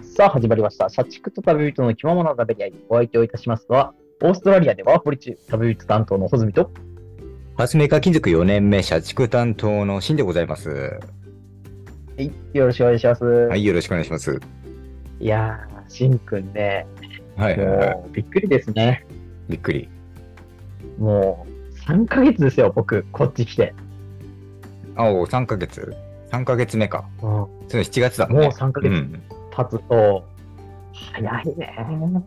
日は始まりました。社畜と旅人の着物の食べり合い。お相手をいたしますのは、オーストラリアでワーホリ中、旅人担当の穂積と、パースメーカー金属4年目、社畜担当のシンでございます。はい、よろしくお願いします。、はいい、よろしくお願いします。やー、しんくんね、はい、はいもうびっくりですね。びっくり。もう3ヶ月ですよ、僕、こっち来て。あ、お、3ヶ月 ?3 ヶ月目か。もそう、7月だうもんね。 3ヶう月ん。 経つと、早いねーっ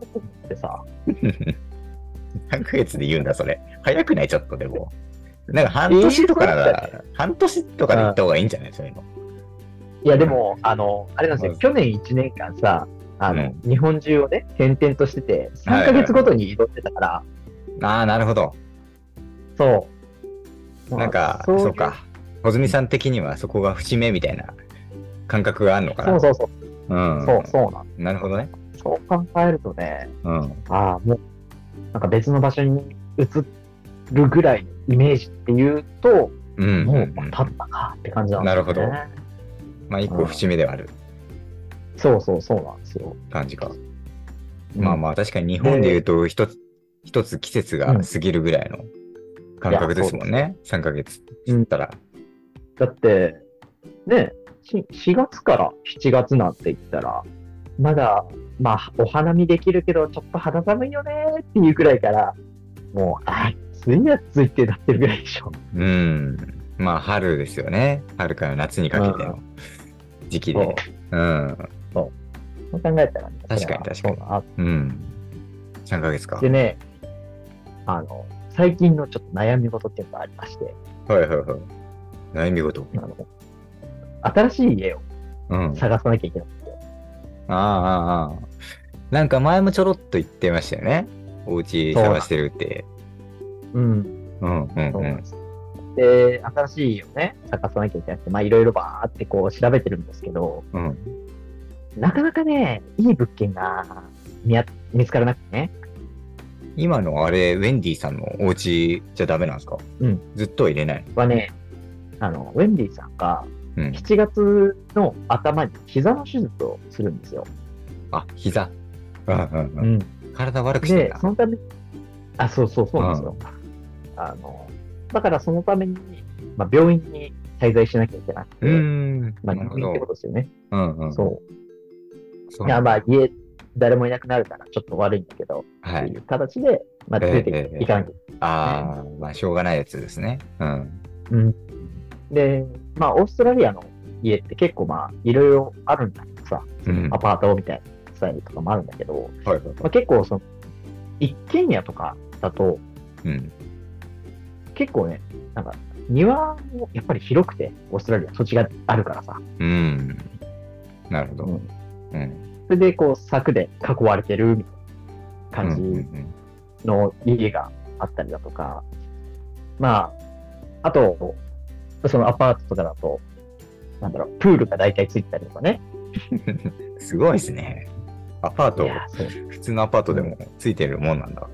てさ、 3ヶ月で言うんだ、それ。早くないちょっとでも。なんか半年とかなら、半年とかで行った方がいいんじゃないそういうの。いや、でも、あの、あれなんですよ、うん去年1年間さ、あの、う日本中をね、転々としてて、3ヶ月ごとに移動してたから、ああ、なるほど。そう。なんか、まあそういうか。穂積さん的にはそこが節目みたいな感覚があるのかそな。うそうそう、うん。そうそうなんなるほどね。そう考えるとね、うん。ああ、もう、なんか別の場所に移るぐらいのイメージっていうと、うん。もう、まあ、経ったかって感じなんですよね。なるまあ、一個節目ではあるそうそうそうなんですよ。感じか。まあまあ確かに日本でで言うと一つ、一つ季節が過ぎるぐらいの感覚ですもんね。3ヶ月って言ったら。だって、ね、し4月から7月なんて言ったら、まだ、まあ、お花見できるけど、ちょっと肌寒いよねーっていうくらいから、もう、暑い暑いってなってるぐらいでしょ。うん。まあ春ですよね。春から夏にかけての時期そうで。うん。そう考えたらね、確かに確かにそうだなうん。3ヶ月か。はでいね、あの、最近のちょっと悩み事っていうのがありまして、はいはい。悩み事。あの、新しい家をうん。あ探さなきゃいけない。あああああ。なんか前もちょろっと言ってましたよね。お家探してるって。うん、うんうんそううなんんで。す。で、新しい家をね、探さなきゃいけなくて、まあいろいろばーってこう調べてるんですけど、うん。なかなかね、いい物件が見あ見つからなくてね。今のあれ、ウェンディさんのお家じゃダメなんですかうん。ずっとは入れないはね、あの、ウェンディさんがうん。 7月の頭に膝の手術をするんですよ。あ、膝。うんうんうんん。体悪くしてんでだ、そ。のために、あ、そうそうそうなんですよ。あの、だからそのために、まあ、病院に滞在しなきゃいけなくて、うーん。まなあ、る入ほ院ってことど。ですよね。うんうん。そ。そういや、まあ、家、誰もいなくなるからちょっと悪いんだけど、はっていい。う形で、まあ、ええ出てええいかなきゃいああ、まあ、しょうがないやつですね。うん。けない。で、まあ、オーストラリアの家って結構まあ、いろいろあるんだけどさ、うん。アパートみたいなスタイルとかもあるんだけど、はいはい。まあ、結構その、一軒家とかだと、うん。結構ね、なんか庭もやっぱり広くて、オーストラリア土地があるからさ、うん。なるほど。うんうん。それでこう柵で囲われてるみたいなうんうんう感んじの家があったりだとか、まあ、あと、そのアパートとかだと、なんだろう、プールが大体ついてたりとかね。すごいですね。アパーいト、やそう普通のアパートでもついてるもんなんだ。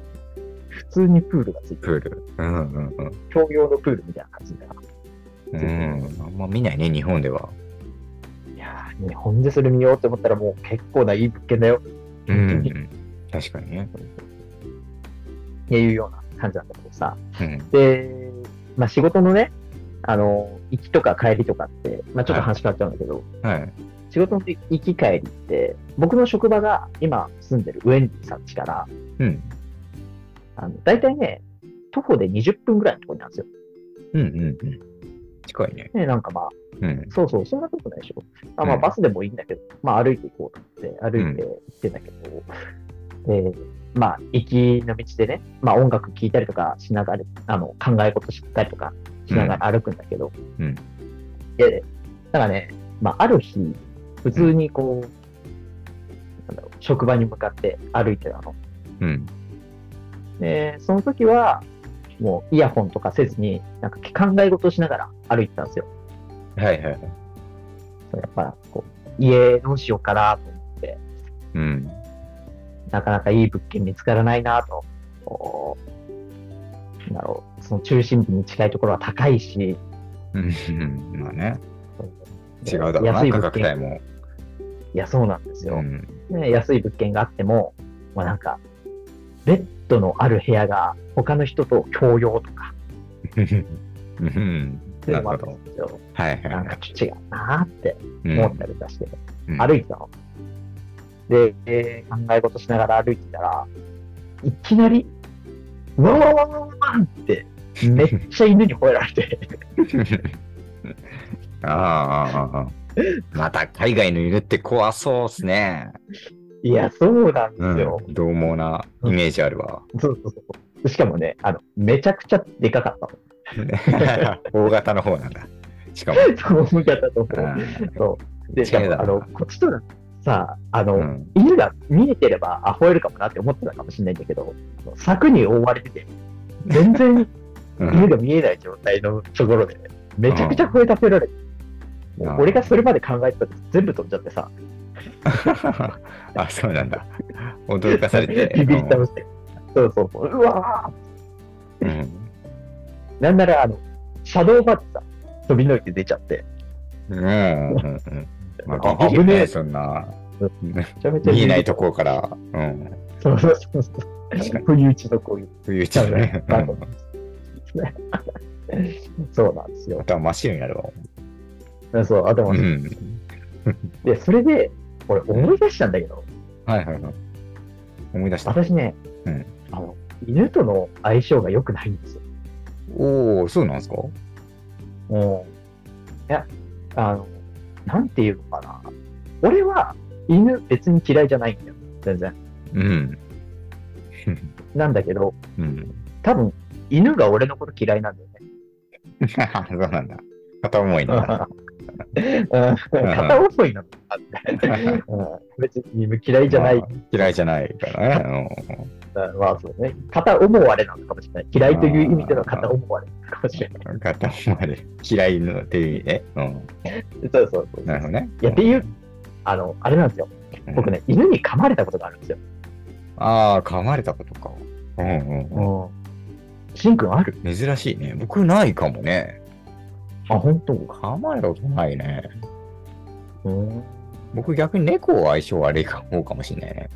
普通にプールがついてプール。うんうんうん。共用のプールみたいな感じだから。うん。あんま見ないね、日本では。いやー日本でそれ見ようと思ったらもう結構ないい物件だようんうん。確かにね。っていうような感じなんだけどさ。うん。で、まあ、仕事のね、あの、行きとか帰りとかって、まあ、ちょっと話変わっちゃうんだけど、はい。仕事の行き帰りって、僕の職場が今住んでるウェンディさん家から、うん。あの、大体ね、徒歩で20分ぐらいのところになんですよ。うんうんうん。近いね。ね、なんかまあ、うん。そうそう、そんなことないでしょ。あまあ、うんバスでもいいんだけど、まあ、歩いて行こうと思って、歩いて行ってんだけど、で、まあ、行きの道でね、まあ、音楽聴いたりとかしながら、あの、考え事したりとかしながら歩くんだけど、うんで、だからね、まあ、ある日、普通にこう、なんだろう、職場に向かって歩いてたの。うん。で、その時は、もうイヤホンとかせずに、なんか考え事をしながら歩いてたんですよ。はいはい。そうやっぱこう家どうしようかなと思ってうん。なかなかいい物件見つからないなとこうなんだろうその中心部に近いところは高いしうんまあね、違うだろうな、安い価物格件帯も。いやそうなんですよ、うんね、安い物件があっても、もうなんか、ベッドのある部屋が他の人と共用とか、うんそういなうのもあるほるどん。ですよ。はいはいなはんいか違うなーってうん。思ったりとかして、うん歩いてたの。で、えー考え事しながら歩いてたら、いきなり、わーわーわーわーって、めっちゃ犬に吠えられて、 ああああああ。また海外の犬って怖そうっすね。いや、そうなんですうんよ。、獰猛なイメージある わ。そうそうそう。しかもね、あの、めちゃくちゃでかかったの。大型の方なんだ。しかも。 そう、方とう思う。んそう。で、しか近いだも、あろうの、こっちとらさ、あの、うん犬が見えてれば、あ、吠えるかもなって思ってたかもしれないんだけど、あの柵に覆われてて、全然うん犬が見えない状態のところで、めちゃくちゃ吠え立てられて、うんもう俺がそれまで考えてたこと全部飛んじゃってさ、 あ、そうなんだ。驚かされて。ビビり倒して。そうそうそう。うわうんーなんなら、あの、車道までさ、飛び乗りて出ちゃって、うんうんうんうん。まあ、あ危ビビるねね、えそんな。めちゃめちゃビビ見りえないところから。うん。そうそうそうそう。確かに。不意打ちのこういう。冬打ちだね。うなんかんそうなんですよ。頭真っ白になるわ。そう、頭うに、ん。で、それで、俺思い出したんだけど、はいはいはい。思い出した。私ね、うんあの、犬との相性が良くないんですよ。おお、そうなんですかいや、あの、なんていうのかな。俺は犬別に嫌いじゃないんだよ。全然。うん。なんだけど、うん。多分、犬が俺のこと嫌いなんだよ ね。そうなんだ。片思いなんだ。片思いなのか って。うん別に犬嫌いじゃない。まあ嫌いじゃないからね。うんまあそうね。片思われなのかもしれない。嫌いという意味では片思われなのかもしれない。うん片思いで嫌いのっていう意味で。うん。そうそうそう。なるほどね。いや、っていう、あの、あれなんですよ。うん僕ね、犬に噛まれたことがあるんですよ。ああ、噛まれたことか。うんうんしんくんあるうん。珍しいね。僕ないかもね。あ、本当噛まれたことないね。うん。 僕逆に猫は相性悪いか方かもしれないね。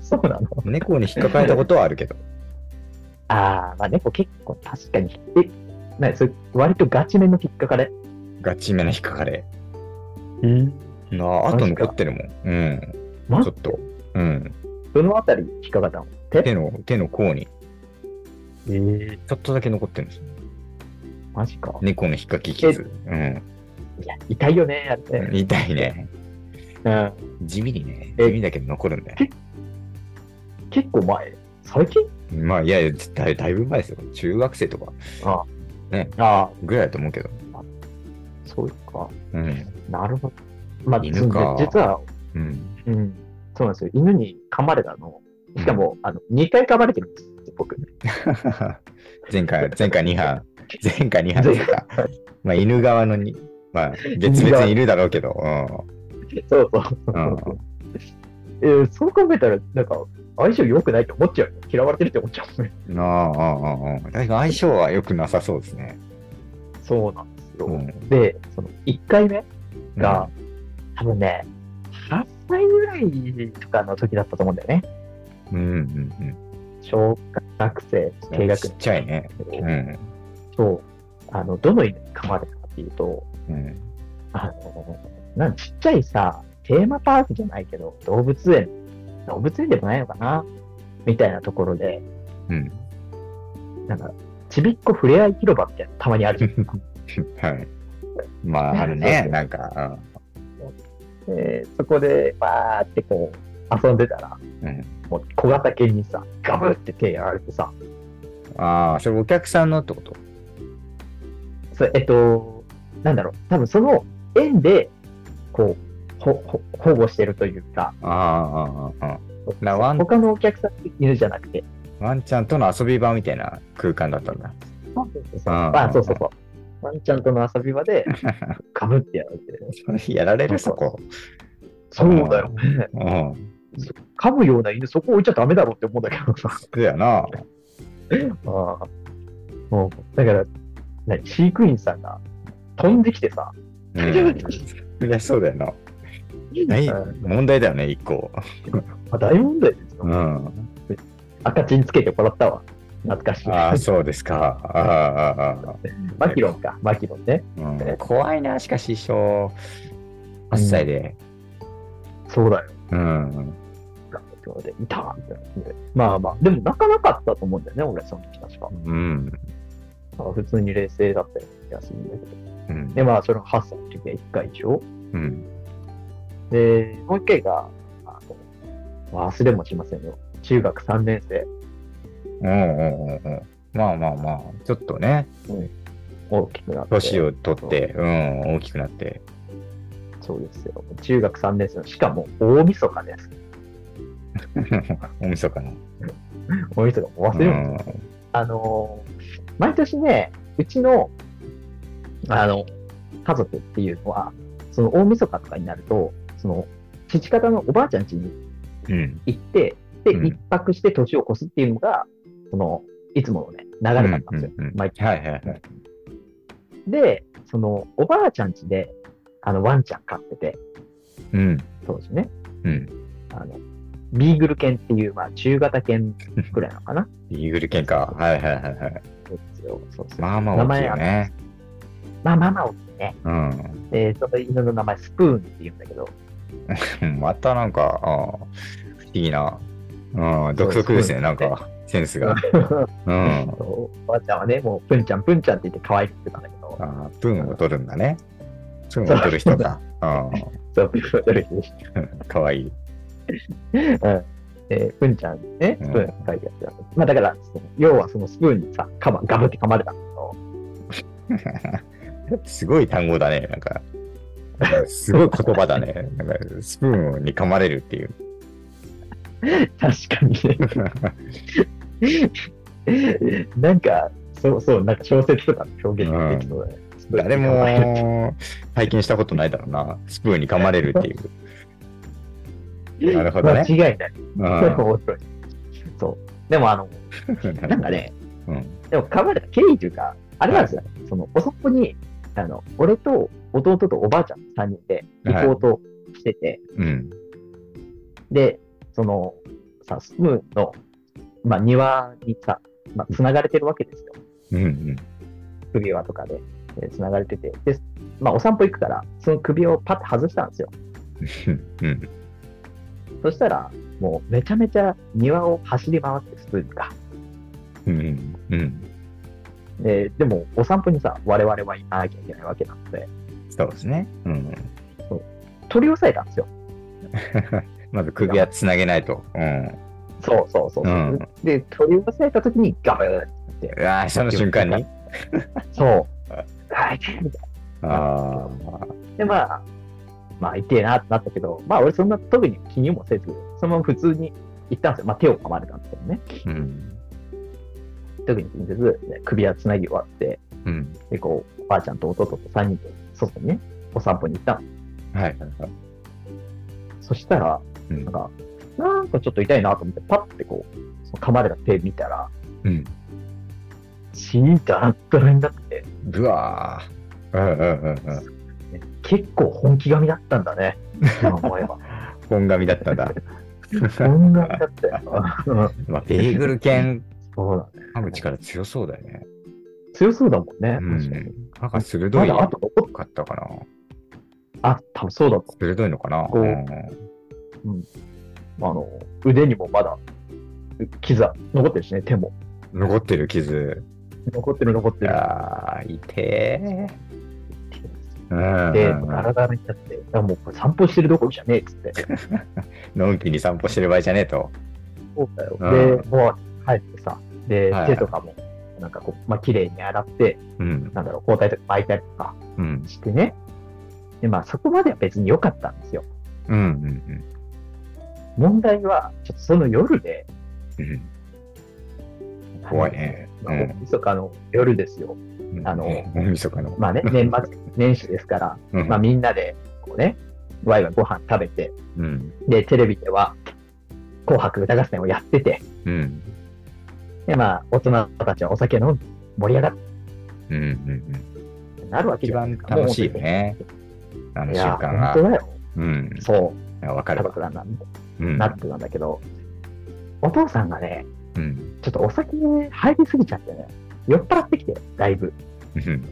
そうなの猫に引っかかれたことはあるけど。ああ、まあ猫結構確かに、え、なにそれ割とガチめの引っかかれ。ガチめの引っかかれ。うん。なあ、と残ってるもん。うん。まちょっと。うん。どのあたり引っかかったの手の、手の甲に、ええちょっとだけ残ってるんですよ。マジか。猫の引っかき傷。うん。いや、痛いよね、あれね。痛いね。うん。地味にね。え地味だけど残るんだよ。結構前。最近まあ、いやいや、だいだいぶ前ですよ。中学生とかああ、ぐらいだと思うけど。そうか。うん。なるほど。まあ、犬かじ実は、うん。 うん。そうなんですよ。犬に噛まれたの。しかも、あの、2回噛まれてるんですよ、僕。前回、前回2班。前回2班ですか。まあ、犬側のに、まあ、別々にいるだろうけど。そうそうそうそう。 えーそう考えたら、なんか、相性良くないって思っちゃうよ。嫌われてるって思っちゃうね。うん。ああ、ああ、ああ。確かに相性は良くなさそうですね。そうなんですよ。うん。で、その1回目が、多分ね、8歳ぐらいとかの時だったと思うんだよね。うん、うん、うん小学生、うん。低学ち年っちゃいね。だけどうん。そうあの、どの犬に噛まれたかっていうと、うん。あの、なんちっちゃいさ、テーマパークじゃないけど、動物園、動物園でもないのかなみたいなところで、うん。 なんか、ちびっこふれあい広場みたいなのたまにあるじゃん。はい。ま あ、あるそうねそ。うなんか、えーそこでバーってこう遊んでたら、うんもう小型犬にさガブって手やられてさうんああ、それお客さんのってことそれえっとなんだろう多分その縁でこうほほ保護してるというかああ、ああ、ああ。なワン他のお客さんいるじゃなくてワンちゃんとの遊び場みたいな 空間だったんだ。そうそうそうあーあそうそうそうワンちゃんとの遊び場 でガブってやられてそれやられるそこ。そうだよねうん。噛むような犬そこ置いちゃダメだろって思うんだけどさそうやな。ああ。もう、だから、何飼育員さんが飛んできてさ、 うん。そりゃそうだよな。ないうん問題だよね、一個。まあ、大問題ですよ。うん。赤チンつけてもらったわ。懐かしい。ああ、そうですか。ああああ、あマキロンか、マキロンね。あうん怖いな、しかし、小8歳で。そうだよ。うん。でいたみたいな。まあまあ、でも泣かなかったと思うんだよね、俺、その時確か。うん。なんか普通に冷静だったような気がするんだけど。うん。で、まあ、それが8歳の時は1回でしょ。うん。で、もう1回が、あの忘れもしませんよ。中学3年生。うんうんうんうん。まあまあまあ、ちょっとね、大きくなって。年を取って、うん、大きくなって。そうですよ。中学3年生の、しかも大晦日です。 大晦日の。大晦日も忘れもしませんうんあのー毎年ね、うちの、あの、家族っていうのは、その大晦日とかになると、その、父方のおばあちゃん家にうん。行って、で、うん一泊して年を越すっていうのが、その、いつものね、流れだったんですよ。うんうんうん毎回はいはいはい。で、その、おばあちゃん家で、あの、ワンちゃん飼ってて、うん。当時ね、うん。あの、ビーグル犬っていう、まあ、中型犬くらいなのかな。イーグル犬か。はいはいはいはい。そうですよそうそうまあまあ大きいよ名前ね。まあまあまあ大きいね。うん。で、その犬の名前、スプーンって言うんだけど、またなん か、あー不思議な。うん、独特ですね、なんか、センス が。うん。おばあちゃんはね、もう、ぷんちゃんぷんちゃんって言って可愛くてたんだけど、あープーンを取るんだね。プーンを取る人 か。うそう、ぷんぷん取る人でしん。 かわいい。た。うん。で、ぷんちゃんね、スプーン書いてやつだった。まあ、だから、その要はそのスプーンにさ、かま、ガブって噛まれたんだけど、すごい単語だね、なんか。すごい言葉だね。なんか、スプーンに噛まれるっ ていう。確かにね、 なんか、そうそう、なんか小説とかの表現ができそうだね。スプーンに誰噛まれるも体験したことないだろうな。スプーンに噛まれるって いう。なるほどね間違いない。うそれもん。 面白い。そう。でも、あの、なんかね、うん。でも噛まれた経緯というか、あれなんですよ、その、おそこに、あの、俺と弟とおばあちゃん3人ではい行こうとしてて、うん。で、その、さ、スプーンの、まあ、庭にさ、まあ、繋がれてるわけですよ。うん。うん。首輪とかで、えー繋がれてて。で、まあ、お散歩行くから、その首をパッと外したんですよ。うん。そしたら、もう、めちゃめちゃ庭を走り回って、スプーンが。うん。うん。で、でも、お散歩にさ、我々はいなきゃいけないわけなので、そうですね。うん。 取り押さえたんですよ。まず首はつなげないと。うん。そうそうそうそう。うんで、取り押さえたときにガブーうわーその 瞬間に。そう。あ痛いみたいあなで、まあ、まあ、痛えなってなったけど、まあ、俺そんな特に気にもせず、そのまま普通に行ったんですよ。まあ、手を噛まれたんですけどね。あ。うん。特に気にせず、ね首輪つなぎ終わって、うん。で、こう、おばあちゃんと弟と3人で外にね、お散歩に行ったの。はいはいはい。そしたら、うなんん。か、なんかちょっと痛いなと思って、パッてこう、その噛まれた手見たら、うん。血だらっだらになってて、うわーうんうんうんうん。結構本気髪だったんだね。今思え ば。本髪だった んだ。本気髪だったよ。まあ、ベーグル犬、そうだ噛む力強そうだよね。強そうだもんね。うん確かに。なんか鋭まいだあと残っかったかな。あ、多分そうだと鋭いのかな。こううん思う。あの、腕にもまだう傷は残ってるしね、手も。残ってる傷。残ってる残ってる。ああ、痛え。うんで、体がいっちゃって、だからもうこれ散歩してるどころじゃねえっつって。のんきに散歩してる場合じゃねえと。そうだよ。うんで、もう帰ってさ、では、い手とかも、なんかこう、まあ、綺麗に洗って、うん。なんだろう、包帯とか巻いたりとかうん。してね。で、まあ、そこまでは別に良かったんですよ。うん。うん問題は、ちょっとその夜で、うん。うん怖いね。まうあ大ん晦日の夜ですよ。あの大晦日の。まあ ね、年末年始ですから、うんまあみんなで、こうね、ワイワイご飯食べて、うん。で、テレビでは、紅白歌合戦をやってて、うん。で、まあ、大人たちはお酒飲んで、盛り上がってうん。うん。うんなるわけ一じゃない番ですか。楽しいよね。あのもう。瞬いや、間が本当。だよ。うん。そう、あわかキャるバわ。クラなんで、うん。なってたんだけど、お父さんがね、うん。ちょっとお酒入りすぎちゃってね、酔っ払ってきて、だいぶ。 うん。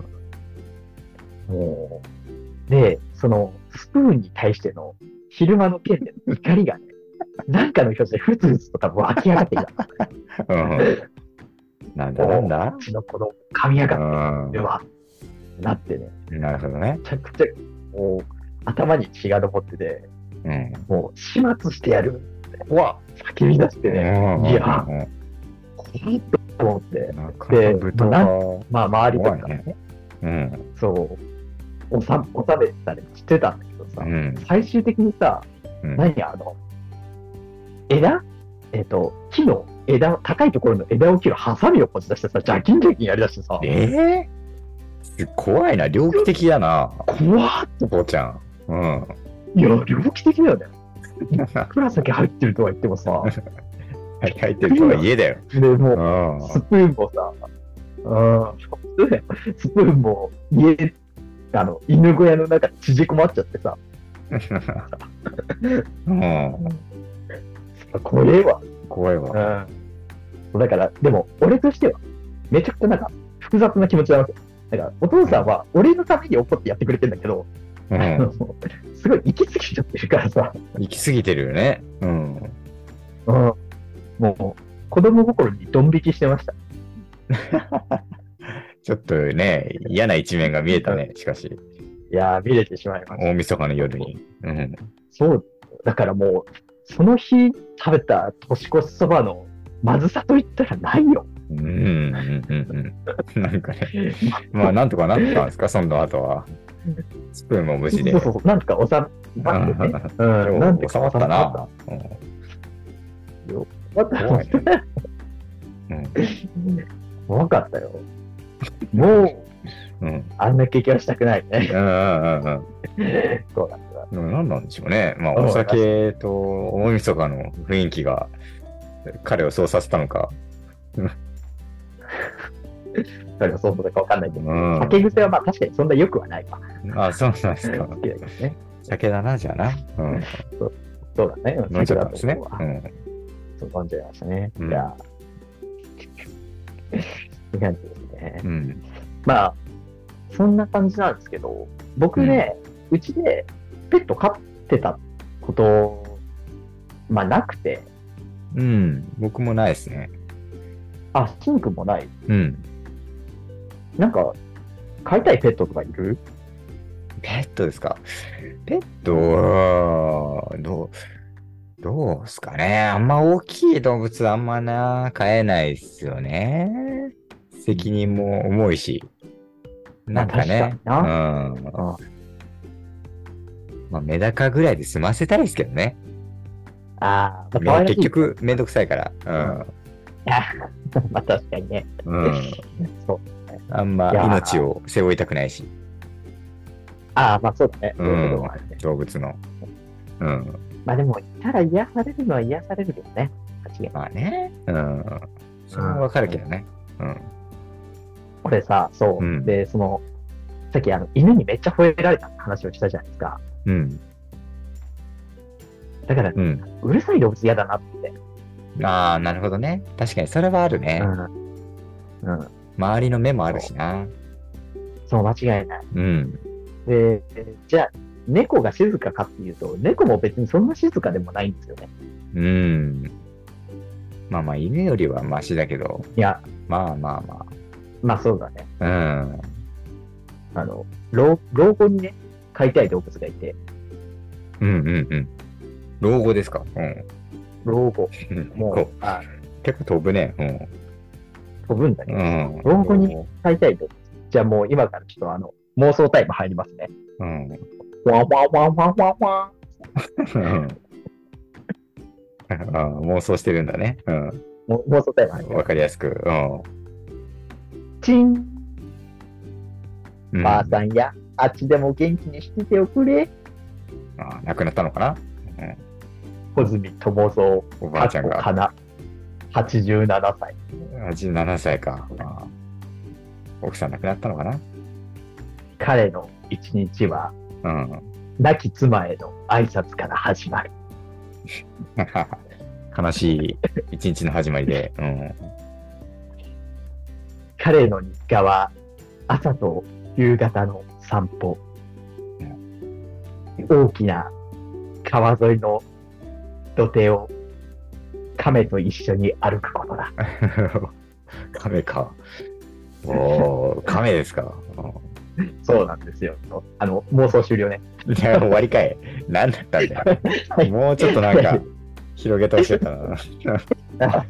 もう。で、その、スプーンに対しての、昼間の剣での怒りがね、 なんかの表紙でふつふつと多分湧き上が ってきた。うんなんだなんだうちの子供、噛み上がっうて、うわ、なってね、ん。なるほどめ。ねちゃくちゃ、もう、頭に血が上ってて、うん。もう、始末してやるって、わ、叫び出してね、うんいやうん怖いと思って、なかなか舞踏まあがまあ、周りと怖かいね、ね。うん。そう、おさ、おさめてたりしてたんだけどさ、うん。最終的にさ、うん何あの、枝えっ、と、木の枝、高いところの枝を切るハサミをこじ出してさ、ジャキンジャキンやりだしてさ、えー、怖いな、猟奇的だな、怖っお父ちゃん。うん。いや、猟奇的だよ ね。プラ先入ってるとは言ってもさ、入ってるとは家だよ。でもう。うんスプーンもさ、うん、スプーンも家、あの、犬小屋の中に縮こまっちゃってさ、うん。これは、怖いわ。うん。だから、でも、俺としては、めちゃくちゃなんか、複雑な気持ちなわけ。だから、お父さんは、俺のために怒ってやってくれてんだけど、うあのん。 すごい行き過ぎちゃってるからさ、行き過ぎてるよね。うん。うん、もう、子供心にドン引きしてました。ちょっとね、嫌な一面が見えたね、しかし、いやー、見れてしまいました。大晦日の夜に。うん。そう、だからもう、その日食べた年越しそばのまずさといったらないよ。うん。うん。うん。うんなんかね、まあ、なんとかなったんですか、その後は。スプーンも無事で。そうそうそう、なんとかおさまってね。うん、なんとか収まったな。うん収まった。怖いね。 怖かったよ。もう、うん。うん。あんな経験はしたくないね。 うんうんうんそうなんだ。うん。何なんでしょうね。まあ、うんお酒と大晦日の雰囲気が彼をそうさせたのか。彼がそうだかわかんないけうど。ん。酒癖はまあ確かにそんな良くはないわ。あ、そうなんですか好。きだけどね。酒だな、じゃあな。うん。そうだね。飲んじゃったんですね酒だと。思ううわん。そう飲んじゃいましたね。うんじゃあ。って感じですね。うん。まあ、そんな感じなんですけど、僕ね、うちでペット飼ってたこと、まあなくて、うん。僕もないですね。あ、シンクもない。うん。なんか、飼いたいペットとかいるペットですかペットは、どう、どうですかねあんま大きい動物はあんまな、飼えないっすよね。責任も重いし。なんかね。まあ確うん。なまあ、メダカぐらいで済ませたいですけどね。ああ、まあまあ、結局、めんどくさいから。可愛 い。まあ確かにね。うん。 うん。そう。あんまいやー命を背負いたくないし、ああ、まあそうだね。うんそういうこともあるね動物の。うん。まあでも、いたら癒されるのは癒されるけどね。間違いないまあね。うん。それはわかるけどね。うん。俺さ、そう。うんで、その、さっきあの、犬にめっちゃ吠えられたって話をしたじゃないですか。うん。だから、うん。うるさい動物嫌だなって。ああ、なるほどね。確かにそれはあるね。うん。うん。周りの目もあるしな。そう、間違いない。うん。で、じゃあ、猫が静かかっていうと、猫も別にそんな静かでもないんですよね。うん。まあまあ、犬よりはマシだけど、いや、まあまあままあそうだね。あ。うん。あの、老老後にね、飼いたい動物がいて、うんうんうん。老後ですか。うん。老後、もこう、あう結構飛ぶね。う飛ぶんだけど、ん。うん。老後に飼いたい動物。じゃあもう今からちょっとあの、妄想タイム入りますね。うん。わんわんわんわんわんわん。うん。 あ妄想してるんだね。うん。も妄想タイム入りまわかりやすく。うん。す。チン、うんばあさんや、あっちでも元気にしてておくれ。あ亡くなったのかな小泉智蔵、おばかあっちゃんこが。かな。87歳。 87歳か。ああ奥さん亡くなったのかな彼の一日はうん。 亡き妻への挨拶から始まる。悲しい一日の始まりで。うん。 彼の日課は朝と夕方の散歩。大きな川沿いの土手を亀と一緒に歩くことだ。亀か。おー、亀ですか。うんそうなんですよ。あの、妄想終了ね。 いや、終わりかい。何だったんだよ。もうちょっとなんか、広げてほしかったな。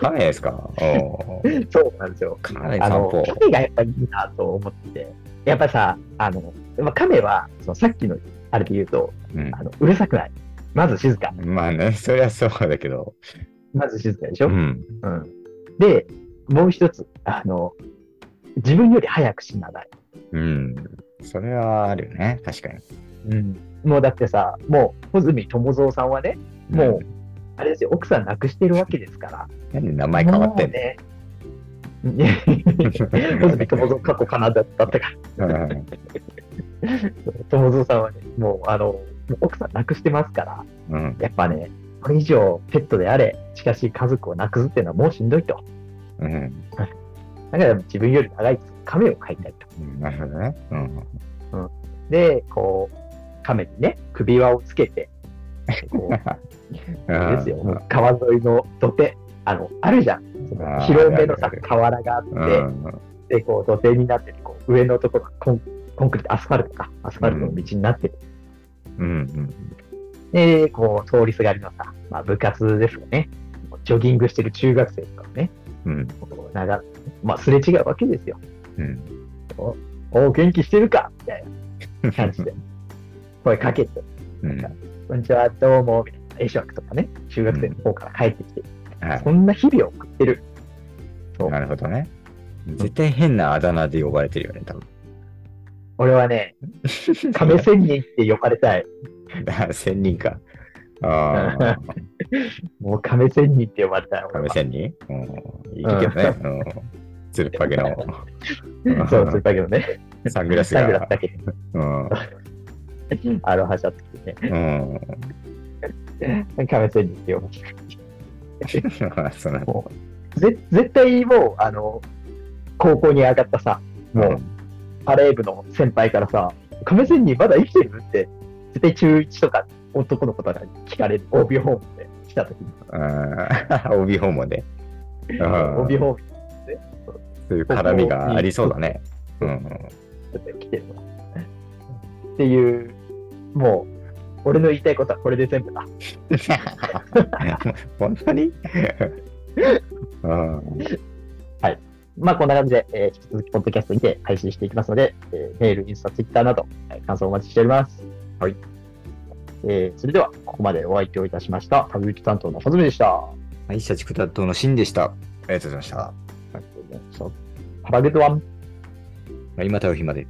亀ですかおーそうなんですよ。亀あ散の歩。亀がやっぱいいなと思って、やっぱさ、あの、まあ、亀はそのさっきのあれで言うとうんあの、うるさくない。まず静か。まあね、そりゃそうだけど。まず静かでしょ。うん。うん、で、もう一つ、あの、自分より早く死なない。うん。それはあるよね。確かに。うん、もうだってさ、もう、穂積友蔵さんはね、もう、あれですよ、奥さん亡くしてるわけですから。うん。なんで名前変わってんのもうね。 穂積友蔵、過去かなだったから。うん友蔵さんはね、もう、あの、もう奥さん亡くしてますから、うん。やっぱね、これ以上ペットであれ、しかし家族を亡くすっていうのはもうしんどいと。うん。だから自分より長い亀を飼いたいと。うんなるほどね。うん。で、こう、亀にね、首輪をつけて、こ う、あれですよ、もう川沿いの土手、あの、あるじゃん。そのあー広めのさあるあ、る河原があって、うん。で、こう土手になってて、こう上のところがコンコンクリート、アスファルトか、アスファルトの道になってて、うん。で、こう通りすがりのさ、まあ部活ですよね。ジョギングしてる中学生とかをね、うん。こう長まあすれ違うわけですよ。うん。おう元気してるかみたいな感じで、声かけて、うん。こんにちは、どうも、みたいな、会釈とかね、中学生の方から帰ってきて、はいそんな日々を送ってる。そうなるほどね。絶対変なあだ名で呼ばれてるよね、多分。俺はね、亀仙人って呼ばれたい。あ仙人か。ああ、もう亀仙人って呼ばれたい。亀仙人うん。いいけどね。うん。つるっぱげの。人そう、ついたけどね。サングラスサングラがス。だけ。うん。アロハシャツ着てうん。ね。亀仙人って呼ばれたい。そうなんだもう、ぜ絶対もう、あの、高校に上がったさ、もう、パレー部の先輩からさ、亀仙人まだ生きてるって、絶対中1とか男の子とかに聞かれる、帯訪問で来た時に、うん。 帯訪問で。うん帯訪問そういう絡みがありそうだね。うん。で来てるわ。っていう、もう、俺の言いたいことはこれで全部だ。 本当にうん。まあ、こんな感じで、えー引き続き、ポッドキャストにて配信していきますので、えーメール、インスタ、ツイッターなど、えー感想をお待ちしております。はい。えーそれでは、ここまでお相手をいたしました。旅人担当のはずみでした。はい、社畜担当のシンでした。ありがとうございました。そうハバゲットワン。はい、またお日まで。